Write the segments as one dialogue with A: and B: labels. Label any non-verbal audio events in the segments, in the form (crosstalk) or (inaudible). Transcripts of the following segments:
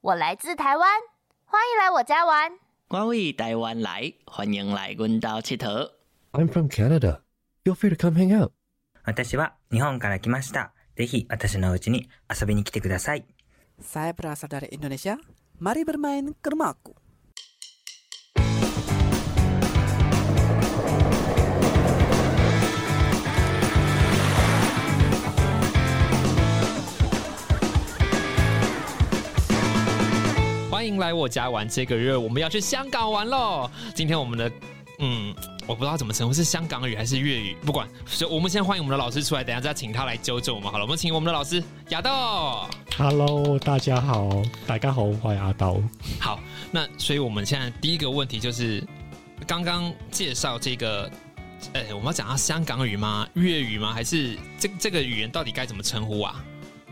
A: 我来自台湾，欢迎来我家玩。
B: 我为台湾来，欢迎来阮家佚佗。
C: I'm from Canada. Feel free to come hang out.
D: 私は日本から来ました。ぜひ私のうちに遊びに来てください。
E: Saya berasal dari Indonesia. Mari bermain ke rumahku.
F: 《欢迎来我家玩》这个月我们要去香港玩喽！今天我们的嗯，我不知道怎么称呼，是香港语还是粤语，不管。所以我们先欢迎我们的老师出来，等一下再请他来纠正我们好了。我们请我们的老师亚豆。
G: Hello，大家好，大家好，我系阿豆。
F: 好，那所以我们现在第一个问题就是，刚刚介绍这个，哎、我们要讲到香港语吗？粤语吗？还是这这个语言到底该怎么称呼啊？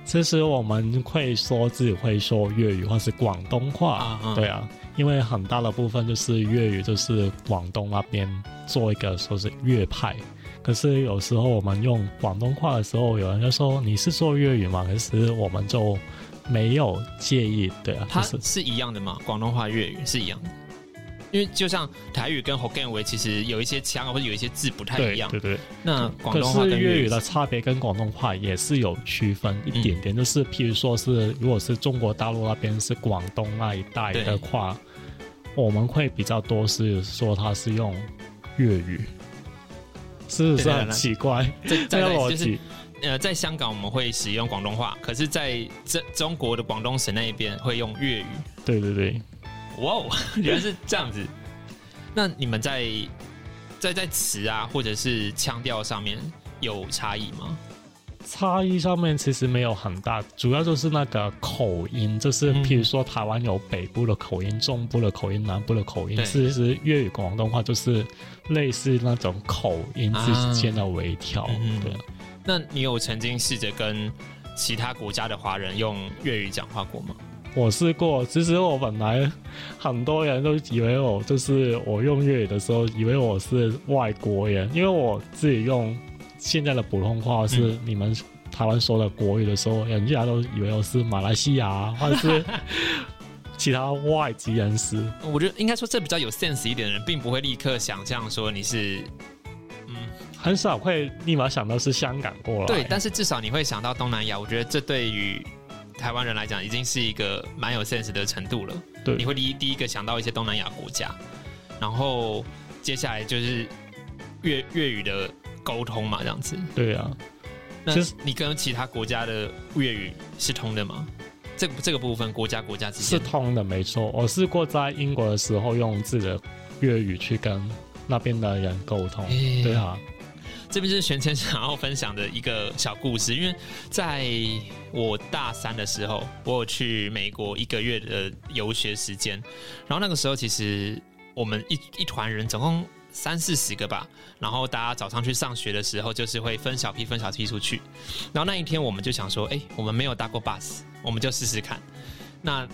G: 其实我们会说自己会说粤语或是广东话，
F: 啊啊
G: 对啊，因为很大的部分就是粤语，就是广东那边做一个说是粤派。可是有时候我们用广东话的时候，有人就说你是说粤语吗？可是我们就没有介意，对啊，就
F: 它
G: 是
F: 是一样的吗？广东话、粤语是一样的，因为就像台语跟 Hokkien 为其实有一些腔啊或者有一些字不太一
G: 对
F: 样。
G: 对对。
F: 那广
G: 可
F: 东话
G: 是
F: 跟
G: 粤
F: 语
G: 语的差别跟广东话也是有区分一点点，就是譬如说是，如果是中国大陆那边是广东那一带的话，哦我们会比较多是说它是用粤语，是不是
F: 对对
G: 很
F: 对
G: 奇怪？
F: 这
G: 这
F: 这
G: 个
F: 个
G: 逻
F: 就是
G: 辑，
F: 呃，在香港我们会使用广东话，可是在这中国的广东省那一边会用粤语。
G: 对对对。
F: 哇哦， (laughs) 原来是这样子。那你们在在在词啊，或者是腔调上面有差异吗？
G: 差异上面其实没有很大，主要就是那个口音，就是
F: 嗯
G: 譬如说台湾有北部的口音、中部的口音、南部的口音
F: 对，
G: 其实粤语广东话就是类似那种口音之间的微调，
F: 嗯
G: 对。
F: 那你有曾经试着跟其他国家的华人用粤语讲话过吗？
G: 我试过，其实我本来很多人都以为我就是我用粤语的时候，以为我是外国人，因为我自己用现在的普通话
F: 嗯
G: 是你们台湾说的国语的时候，人家都以为我是马来西亚啊或者
F: (laughs)
G: 是其他外籍人士。
F: 我觉得应该说这比较有 sense 一点的人，并不会立刻想象说你是
G: 很少会立马想到是香港过来，
F: 对，但是至少你会想到东南亚。我觉得这对于台湾人来讲，已经是一个蛮有 sense 的程度了。
G: 对
F: 你会第一第一个想到一些东南亚国家，然后接下来就是粤粤语的沟通嘛，这样子。
G: 对啊，
F: 那
G: 其实
F: 你跟其他国家的粤语是通的吗？这这个部分国家国家之
G: 是
F: 间
G: 通的，没错。我试过在英国的时候用自己的粤语去跟那边的人沟通，
F: 诶
G: 对啊。
F: 这边就是玄谦想要分享的一个小故事，因为在我大三的时候，我有去美国一个月的游学时间，然后那个时候其实我们一一团人总共三四十个吧，然后大家早上去上学的时候，就是会分小批分小批出去，然后那一天我们就想说，哎、我们没有搭过 bus，我们就试试看。那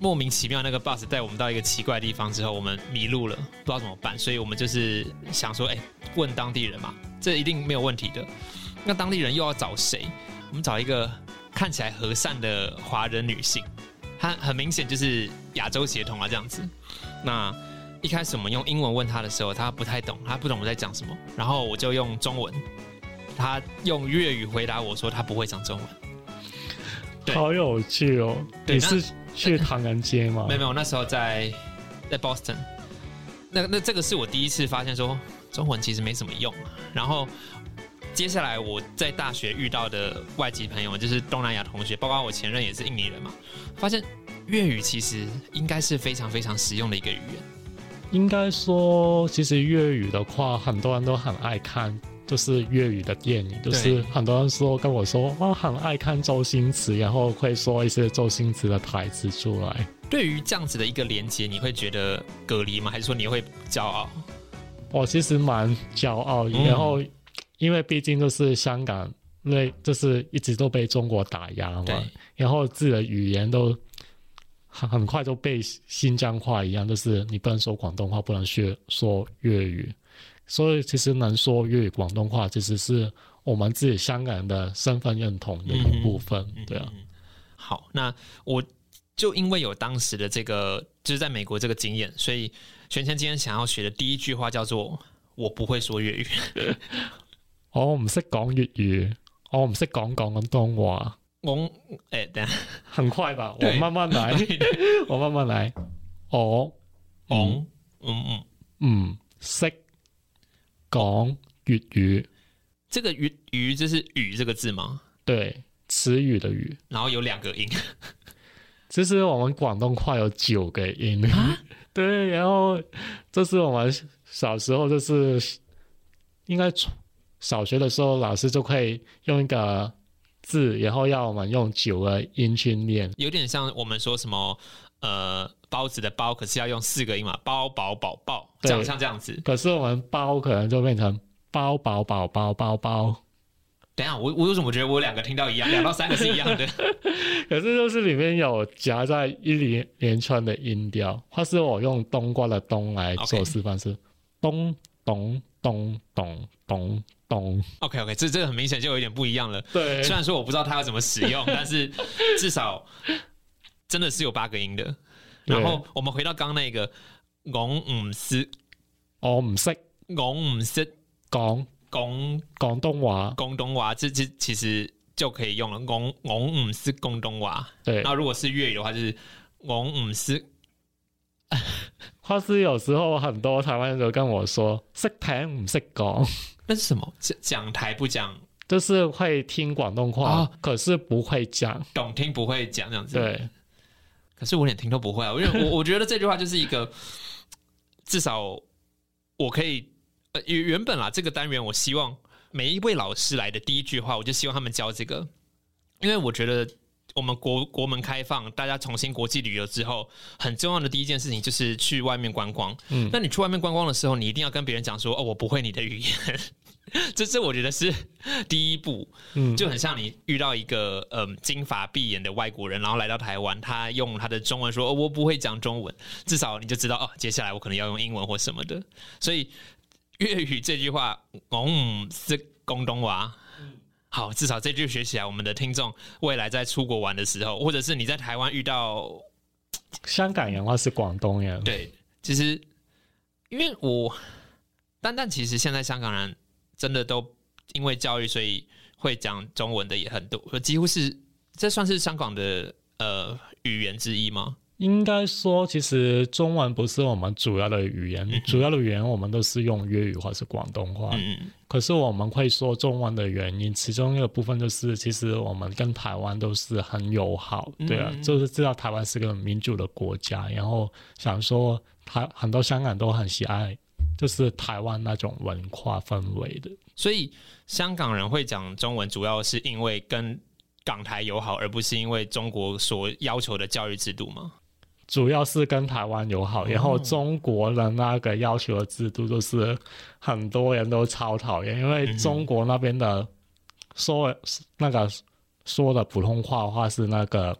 F: 莫名其妙那个 bus 带我们到一个奇怪的地方之后，我们迷路了，不知道怎么办，所以我们就是想说，哎、问当地人嘛，这一定没有问题的。那当地人又要找谁？我们找一个看起来和善的华人女性，她很明显就是亚洲血统啊，这样子。那一开始我们用英文问她的时候，她不太懂，她不懂我在讲什么，然后我就用中文，她用粤语回答我说她不会讲中文。对
G: 好有趣哦！
F: 对
G: 你是去唐人街吗？
F: 没有没有，那时候在在 Boston，那那这个是我第一次发现说中文其实没什么用、啊。然后接下来我在大学遇到的外籍朋友，就是东南亚同学，包括我前任也是印尼人嘛，发现粤语其实应该是非常非常实用的一个语言。
G: 应该说，其实粤语的话，很多人都很爱看，就是粤语的电影，就是很多人说跟我说，我很爱看周星驰，然后会说一些周星驰的台词出来。
F: 对于这样子的一个连接，你会觉得隔离吗？还是说你会骄傲？
G: 我其实蛮骄傲，
F: 嗯
G: 然后因为毕竟就是香港，那就是一直都被中国打压嘛
F: 对，
G: 然后自己的语言都很很快就被新疆话一样，就是你不能说广东话，不能学说粤语，所以其实能说粤语、广东话，其实是我们自己
F: 嗯
G: 香港人的身份认同的一部分，对啊。
F: 嗯。好，那我就因为有当时的这个就是在美国这个经验，所以玄谦今天想要学的第一句话叫做“我不会说粤语 (laughs)
G: 哦
H: 我唔識講粵語，我唔識講廣東話。”。
F: 我哎、等一下，
H: 很快吧，我
F: 對
H: 慢
F: (laughs)
H: 慢來，我慢慢來。
G: 哦
H: 我
F: 嗯嗯嗯，
H: 唔識講粵語，
F: 这个“鱼”鱼就是“鱼”这个字吗？
H: 對，詞語的語。
F: 然后有两个音，
H: 其实我们广东话有九个音， (laughs) 对，然后这是我们小时候就是应该初小学的时候，老师就会用一个字，然后要我们用九个音去念。
F: 有点像我们说什么呃包子的“包”，可是要用四个音嘛，“包宝宝宝”，这
H: 对
F: 样像这样子。
H: 可是我们包可能就变成包宝宝包包包，
F: 等一下，我我为什么觉得我两个听到一样，两到三个是一样
G: (laughs)
F: 的？
H: 可是就是里面有夹在一连连串的音调，或是我用冬瓜的冬来
F: OK
H: 做示范是咚咚咚咚咚咚，
F: OK OK，这这个很明显就有点不一样了。
H: 对，
F: 虽然说我不知道它要怎么使用，但是至少真的是有八个音的。
H: 对
F: 然后我们回到刚刚那个“拱五斯
H: 哦我唔識
F: 拱五斯
H: 講
F: 拱
H: 廣東話，
F: 拱东娃”，这这其实就可以用了。“拱拱五斯拱东娃”。
H: 對
F: 那，如果是粤语的话，就是“拱五斯
H: 或是有時候很多台灣人都跟我說識聽唔識講，”，
F: 那是什么？讲讲台不讲，
H: (laughs) 就是会聽廣東話，
F: 啊
H: 可是不會講。
F: 懂听不会讲这样子。，
H: 對，
F: 可是我连听都不会啊，因为我 (laughs) 我觉得这句话就是一个，至少我可以呃原原本啦这个单元，我希望每一位老师来的第一句话，我就希望他们教这个，因为我觉得我们国国门开放，大家重新国际旅游之后，很重要的第一件事情就是去外面观光。
H: 嗯
F: 那你去外面观光的时候，你一定要跟别人讲说：“哦，我不会你的语言。” (laughs) 这这我觉得是第一步。
H: 嗯，
F: 就很像你遇到一个嗯金发碧眼的外国人，然后来到台湾，他用他的中文说、哦我不会讲中文”，至少你就知道哦，接下来我可能要用英文或什么的。所以粤语这句话，嗯，是广东话。好，至少这句学起来，我们的听众未来在出国玩的时候，或者是你在台湾遇到
H: 香港人或是廣東人，
F: 对，其实因为我，但但其实现在香港人真的都因为教育，所以会讲中文的也很多，几乎是这算是香港的呃语言之一吗？
H: 應該說其實中文不是我們主要的語言，主要的語言我們都是用粵語或是廣東話。
F: 嗯嗯，
H: 可是我們會說中文的原因，其中一個部分就是，其實我們跟台灣都是很友好，對啊，
F: 嗯
H: 就是知道台灣是個民主的國家，然後想說台很多香港人都很喜愛，就是台灣那種文化氛圍的。
F: 所以香港人会讲中文，主要是因为跟港台友好，而不是因为中国所要求的教育制度吗？
H: 主要是跟台湾友好，然后
F: 哦
H: 中国人那个要求的制度就是很多人都超讨厌，因
F: 嗯
H: 为
F: 哼
H: 中国那边的说那个说的普通话的话是那个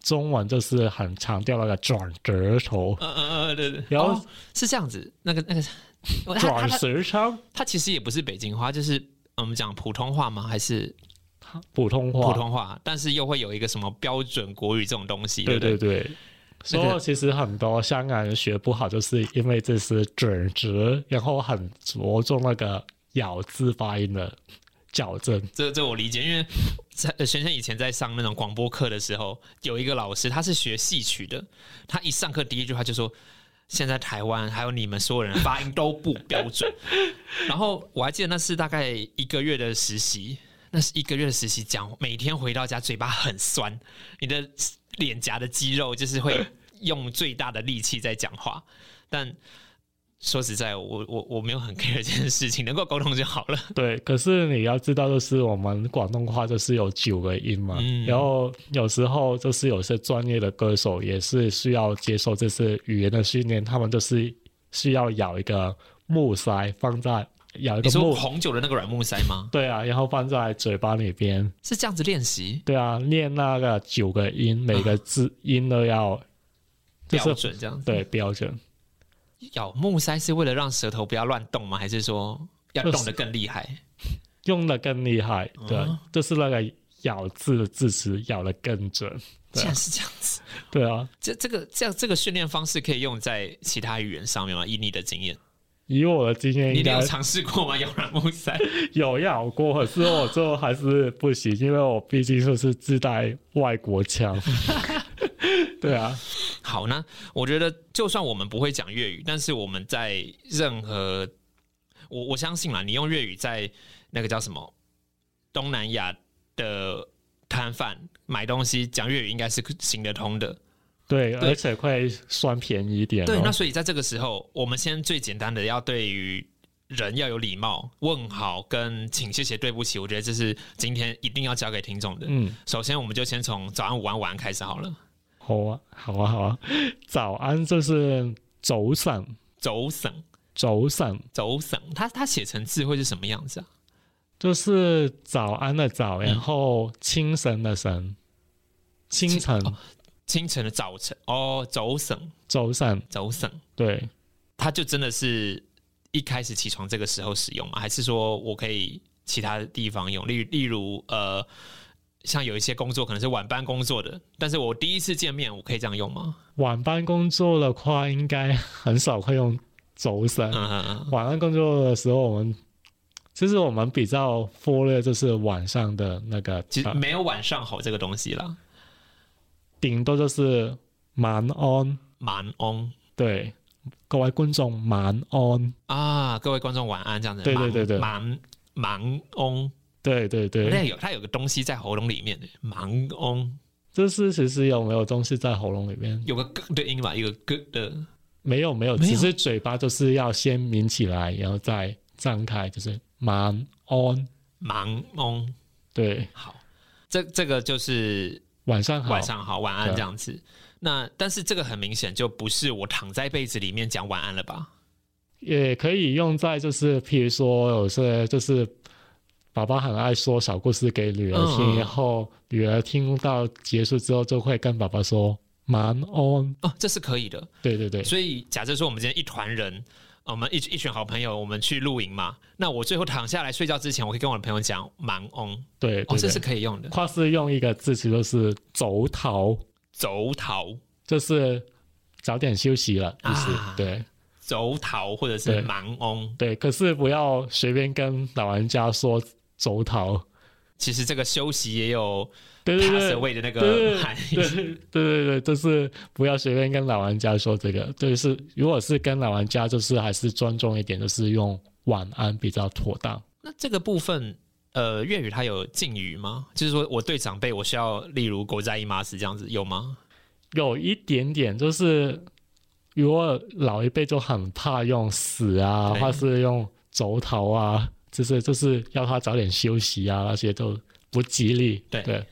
H: 中文就是很强调那个转折头，
F: 嗯嗯嗯，对对，
H: 然后
F: 哦是这样子，那个那个，他他
H: 转
F: 他
H: 舌腔
F: 他其实也不是北京话，就是嗯我们讲普通话吗？还是
H: 普通话，
F: 普通话，但是又会有一个什么标准国语这种东西，
H: 对
F: 不对
H: 对对。所以其实很多香港人学不好，就是因为这是转折，然后很着重那个咬字发音的矫正。
F: 这这我理解，因为在呃璇璇以前在上那种广播课的时候，有一个老师他是学戏曲的，他一上课第一句话就说：“现在台湾还有你们所有人发音都不标准。” (laughs) 然后我还记得那是大概一个月的实习，那是一个月的实习讲，每天回到家嘴巴很酸，你的脸颊的肌肉就是会用最大的力气在讲话，但。说实在，我我我没有很 (laughs) care 这件事情，能够沟通就好了。
H: 对，可是你要知道，就是我们广东话就是有九个音嘛，
F: 嗯
H: 然后有时候就是有些专业的歌手也是需要接受这些语言的训练，他们就是需要咬一个木塞放在咬一
F: 你
H: 个
F: 说
H: 木，
F: 红酒的那个软木塞吗？
H: 对啊，然后放在嘴巴里边，
F: 是这样子练习
H: 对啊，念那个九个音，每个字音都要就是
F: 标准这样子。
H: 对标准，
F: 咬木塞是为了让舌头不要乱动吗？还是说要动得更厉害？
H: 用的更厉害，对，
F: 哦
H: 就是那个咬字的字词咬得更准。对
F: 竟
H: 啊
F: 然是这样子。
H: 对啊，
F: 这这个这样这个训练方式可以用在其他语言上面吗？以你的经验，
H: 以我的经验，
F: 你
H: 应
F: 你
H: 该
F: 有尝试过吗？咬软木塞？
H: 有咬过，可是我最后还是不行，因为我毕竟就是自带外
F: (laughs)
H: 国腔。对啊，
F: 好，那我觉得就算我们不会讲粤语，但是我们在任何我我相信啦，你用粤语在那个叫什么东南亚的摊贩买东西讲粤语，应该是行得通的。
H: 对，
F: 对
H: 而且会算便宜一点、哦。
F: 对，那所以在这个时候，我们先最简单的要对于人要有礼貌，问好跟请谢谢对不起，我觉得这是今天一定要教给听众的。
H: 嗯，
F: 首先，我们就先从早安、午安、晚安开始好了。
H: 好啊，好啊，好啊。早安就是早晨，
F: 走省
H: 早晨
F: 走省，它它写成字会是什么样子啊？
H: 就是早安的早，
F: 嗯
H: 然后清晨的晨，清晨
F: 哦清晨的早晨哦，走省
H: 早晨，
F: 走省，
H: 对，
F: 它就真的是一开始起床这个时候使用吗？还是说我可以其他地方用？例如例如呃，像有一些工作可能是晚班工作的，但是我第一次见面，我可以这样用吗？
H: 晚班工作的话，应该很少会用早晨。
F: 嗯嗯嗯，
H: 晚上工作的时候，我们其实我们比较忽略就是晚上的那个，
F: 其实
H: 呃
F: 没有晚上好这个东西啦。
H: 顶多就是晚安。
F: 晚安
H: 对，各位观众晚安。
F: 啊，各位观众晚安，这样子。
H: 对对对对
F: 忙忙翁，
H: 对对
F: 那
H: 对，
F: 有它有个东西在喉咙里面，忙翁
H: 就是其实有没有东西在喉咙里面？
F: 有个咯的音吧，有个咯的。
H: 没有没有，
F: 没有
H: 只是嘴巴就是要先抿起来，然后再张开，就是晚安。
F: 忙翁。
H: 对，
F: 好，这这个就是
H: 晚上好。
F: 晚上好，晚安
H: 对
F: 这样子。那但是这个很明显就不是我躺在被子里面讲晚安了吧？
H: 也可以用在就是，譬如说有些就是爸爸很爱说小故事给女儿听，
F: 嗯嗯
H: 然后女儿听到结束之后就会跟爸爸说晚安。
F: 哦，这是可以的。
H: 对对对，
F: 所以假设说我们今天一团人，呃我们一一群好朋友，我们去露营嘛，那我最后躺下来睡觉之前，我可以跟我的朋友讲忙翁，
H: 对
F: 哦，
H: 对
F: 这是
H: 对。
F: 可以用的。
H: 或是用一个字词，就是走逃，
F: 走逃、
H: 就是早点休息了，意思、
F: 啊
H: 对
F: 走逃或者是
H: 对
F: 忙翁，
H: 对。可是不要随便跟老人家说走逃，
F: 其实这个休息也有
H: 对对
F: pass
H: 对，
F: away 的那个
H: 对
F: 含义。
H: (laughs) 对对对对，就是不要随便跟老玩家说这个。就是如果是跟老玩家，就是还是尊重一点，就是用晚安比较妥当。
F: 那这个部分，呃，粤语它有敬语吗？就是说我对长辈，我需要例如国在姨妈是这样子有吗？
H: 有一点点就是，如果老一辈就很怕用死啊，
F: 对
H: 或是用走逃啊，就是就是要他早点休息啊，那些都不吉利。
F: 对
H: 对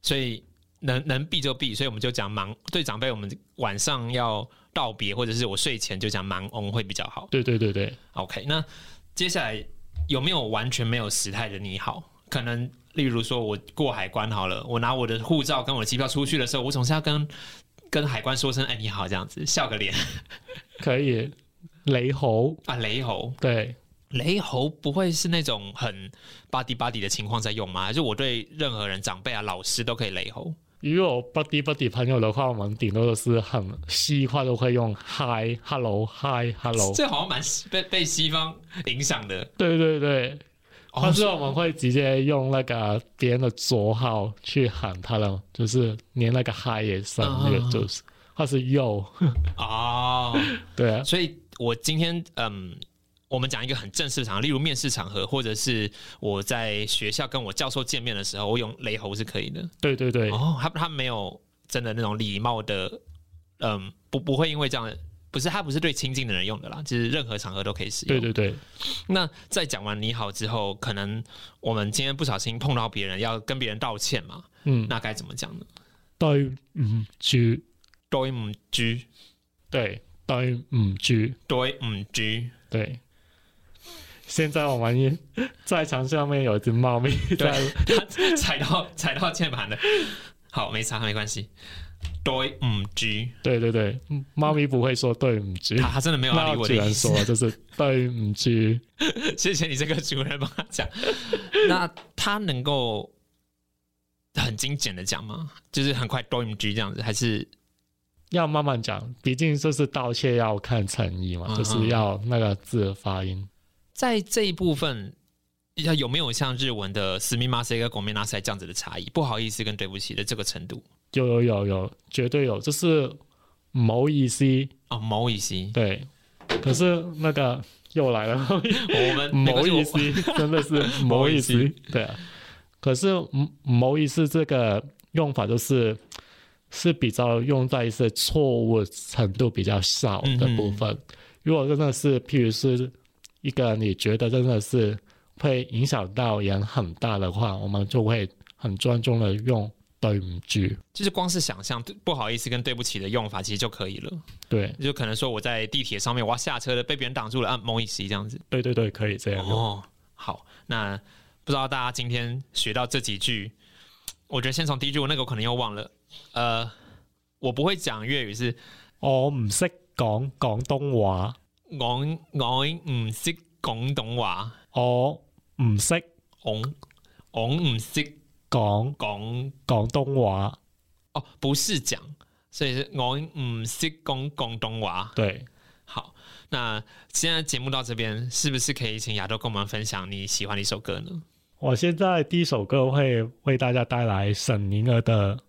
F: 所以能能避就避，所以我们就讲忙对长辈，我们晚上要道别，或者是我睡前就讲忙翁会比较好。
H: 对对对对，
F: OK，那接下来有没有完全没有时态的你好？可能例如说我过海关好了，我拿我的护照跟我的机票出去的时候，我总是要跟跟海关说声哎你好这样子，笑个脸
H: 可以雷猴
F: 啊雷猴。
H: 对。
F: 雷猴不会是那种很巴迪巴迪的情况在用吗？还是我对任何人、长辈啊、老师都可以雷猴？
H: 如果 buddy buddy 朋友的话，我们顶多都是很西化都会用 hi hello hi hello，
F: 这好像蛮被被西方影响的。
H: 对对对，
F: 哦
H: 但是我们会直接用那个别人的左号去喊他的，就是连那个 hi 也算
F: 啊
H: 那个就是，或是 yo， (laughs)
F: 哦，
H: 对
F: (laughs)
H: 啊，
F: 所以我今天嗯，我们讲一个很正式的场合，例如面试场合，或者是我在学校跟我教授见面的时候，我用雷猴是可以的。
H: 对对对，
F: 哦，他他没有真的那种礼貌的，嗯，不不会因为这样的，嗯不是他不是对亲近的人用的啦，就是任何场合都可以使用。
H: 对对对，
F: 那在讲完你好之后，可能我们今天不小心碰到别人，要跟别人道歉嘛，
H: 嗯，
F: 那该怎么讲呢？
H: 对唔住，
F: 对唔住，
H: 对对唔住，
F: 对唔住，
H: 对。现在我们 (laughs) 在墙上面有一只猫咪在，
F: 对， (laughs) 踩到踩到键盘了。好，没差，没关系。对唔住，
H: 对对对，猫咪不会说对唔住，
F: 他他真的没有要
H: 那
F: 理我
H: 主
F: 的意
H: 人
F: 思。
H: 说
F: (laughs)
H: 了就是对嗯唔住，
F: 谢谢你这个主人帮他讲。那他能够很精简的讲吗？就是很快 d o m g 这样子，还是
H: 要慢慢讲，毕竟就是道歉要看诚意嘛，
F: 嗯
H: 就是要那个字的发音。
F: 在这一部分，要有没有像日文的斯密马塞跟拱面拉塞这样子的差异？不好意思跟对不起的这个程度
H: 有有有有，绝对有，就是某意思
F: 哦，某意思，
H: 对。可是那个又来了，
F: 我们没关
H: (laughs) 某
F: 系
H: 意
F: 我
H: 思
F: (laughs)
H: 真的是某意思
F: 某意，
H: 对啊。可是嗯某意思这个用法就是是比较用在一些错误程度比较少的部分。
F: 嗯
H: 如果真的是，譬如是一个你觉得真的是会影响到人很大的话，我们就会很专注的用对唔住，
F: 就是光是想象对不好意思跟对不起的用法，其实就可以了。
H: 对
F: 就可能说我在地铁上面，我要下车了，被别人挡住了，啊，某意思这样子。
H: 对对对，可以这样用。
F: 哦，好，那不知道大家今天学到这几句，我觉得先从第一句，我那个我可能又忘了。呃，我不会讲粤语是
H: 我唔识讲广东話，
F: 我我唔识广东话，
H: 我唔識
F: 我我唔识
H: 講
F: 讲
H: 廣東話。
F: 哦，不是讲，所以是我唔识讲广东话。
H: 对，
F: 好，那现在节目到这边，是不是可以请亚洲跟我们分享你喜欢的一首歌呢？
H: 我现在第一首歌会为大家带来沈宁儿的《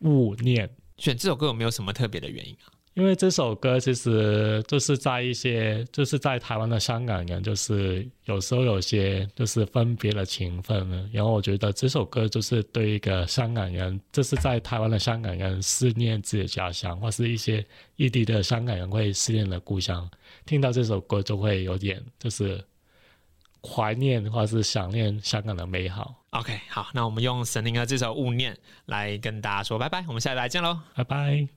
H: 勿念》，
F: 选这首歌有没有什么特别的原因啊？
H: 因为这首歌其实就是在一些，就是在台湾的香港人，就是有时候有些就是分别的情分呢。然后我觉得这首歌就是对一个香港人，就是在台湾的香港人思念自己的家乡，或是一些异地的香港人会思念的故乡，听到这首歌就会有点就是怀念或是想念香港的美好。
F: 啊 OK，好，那我们用沈凌的这首《勿念》来跟大家说拜拜，我们下礼拜见喽。
H: 拜拜。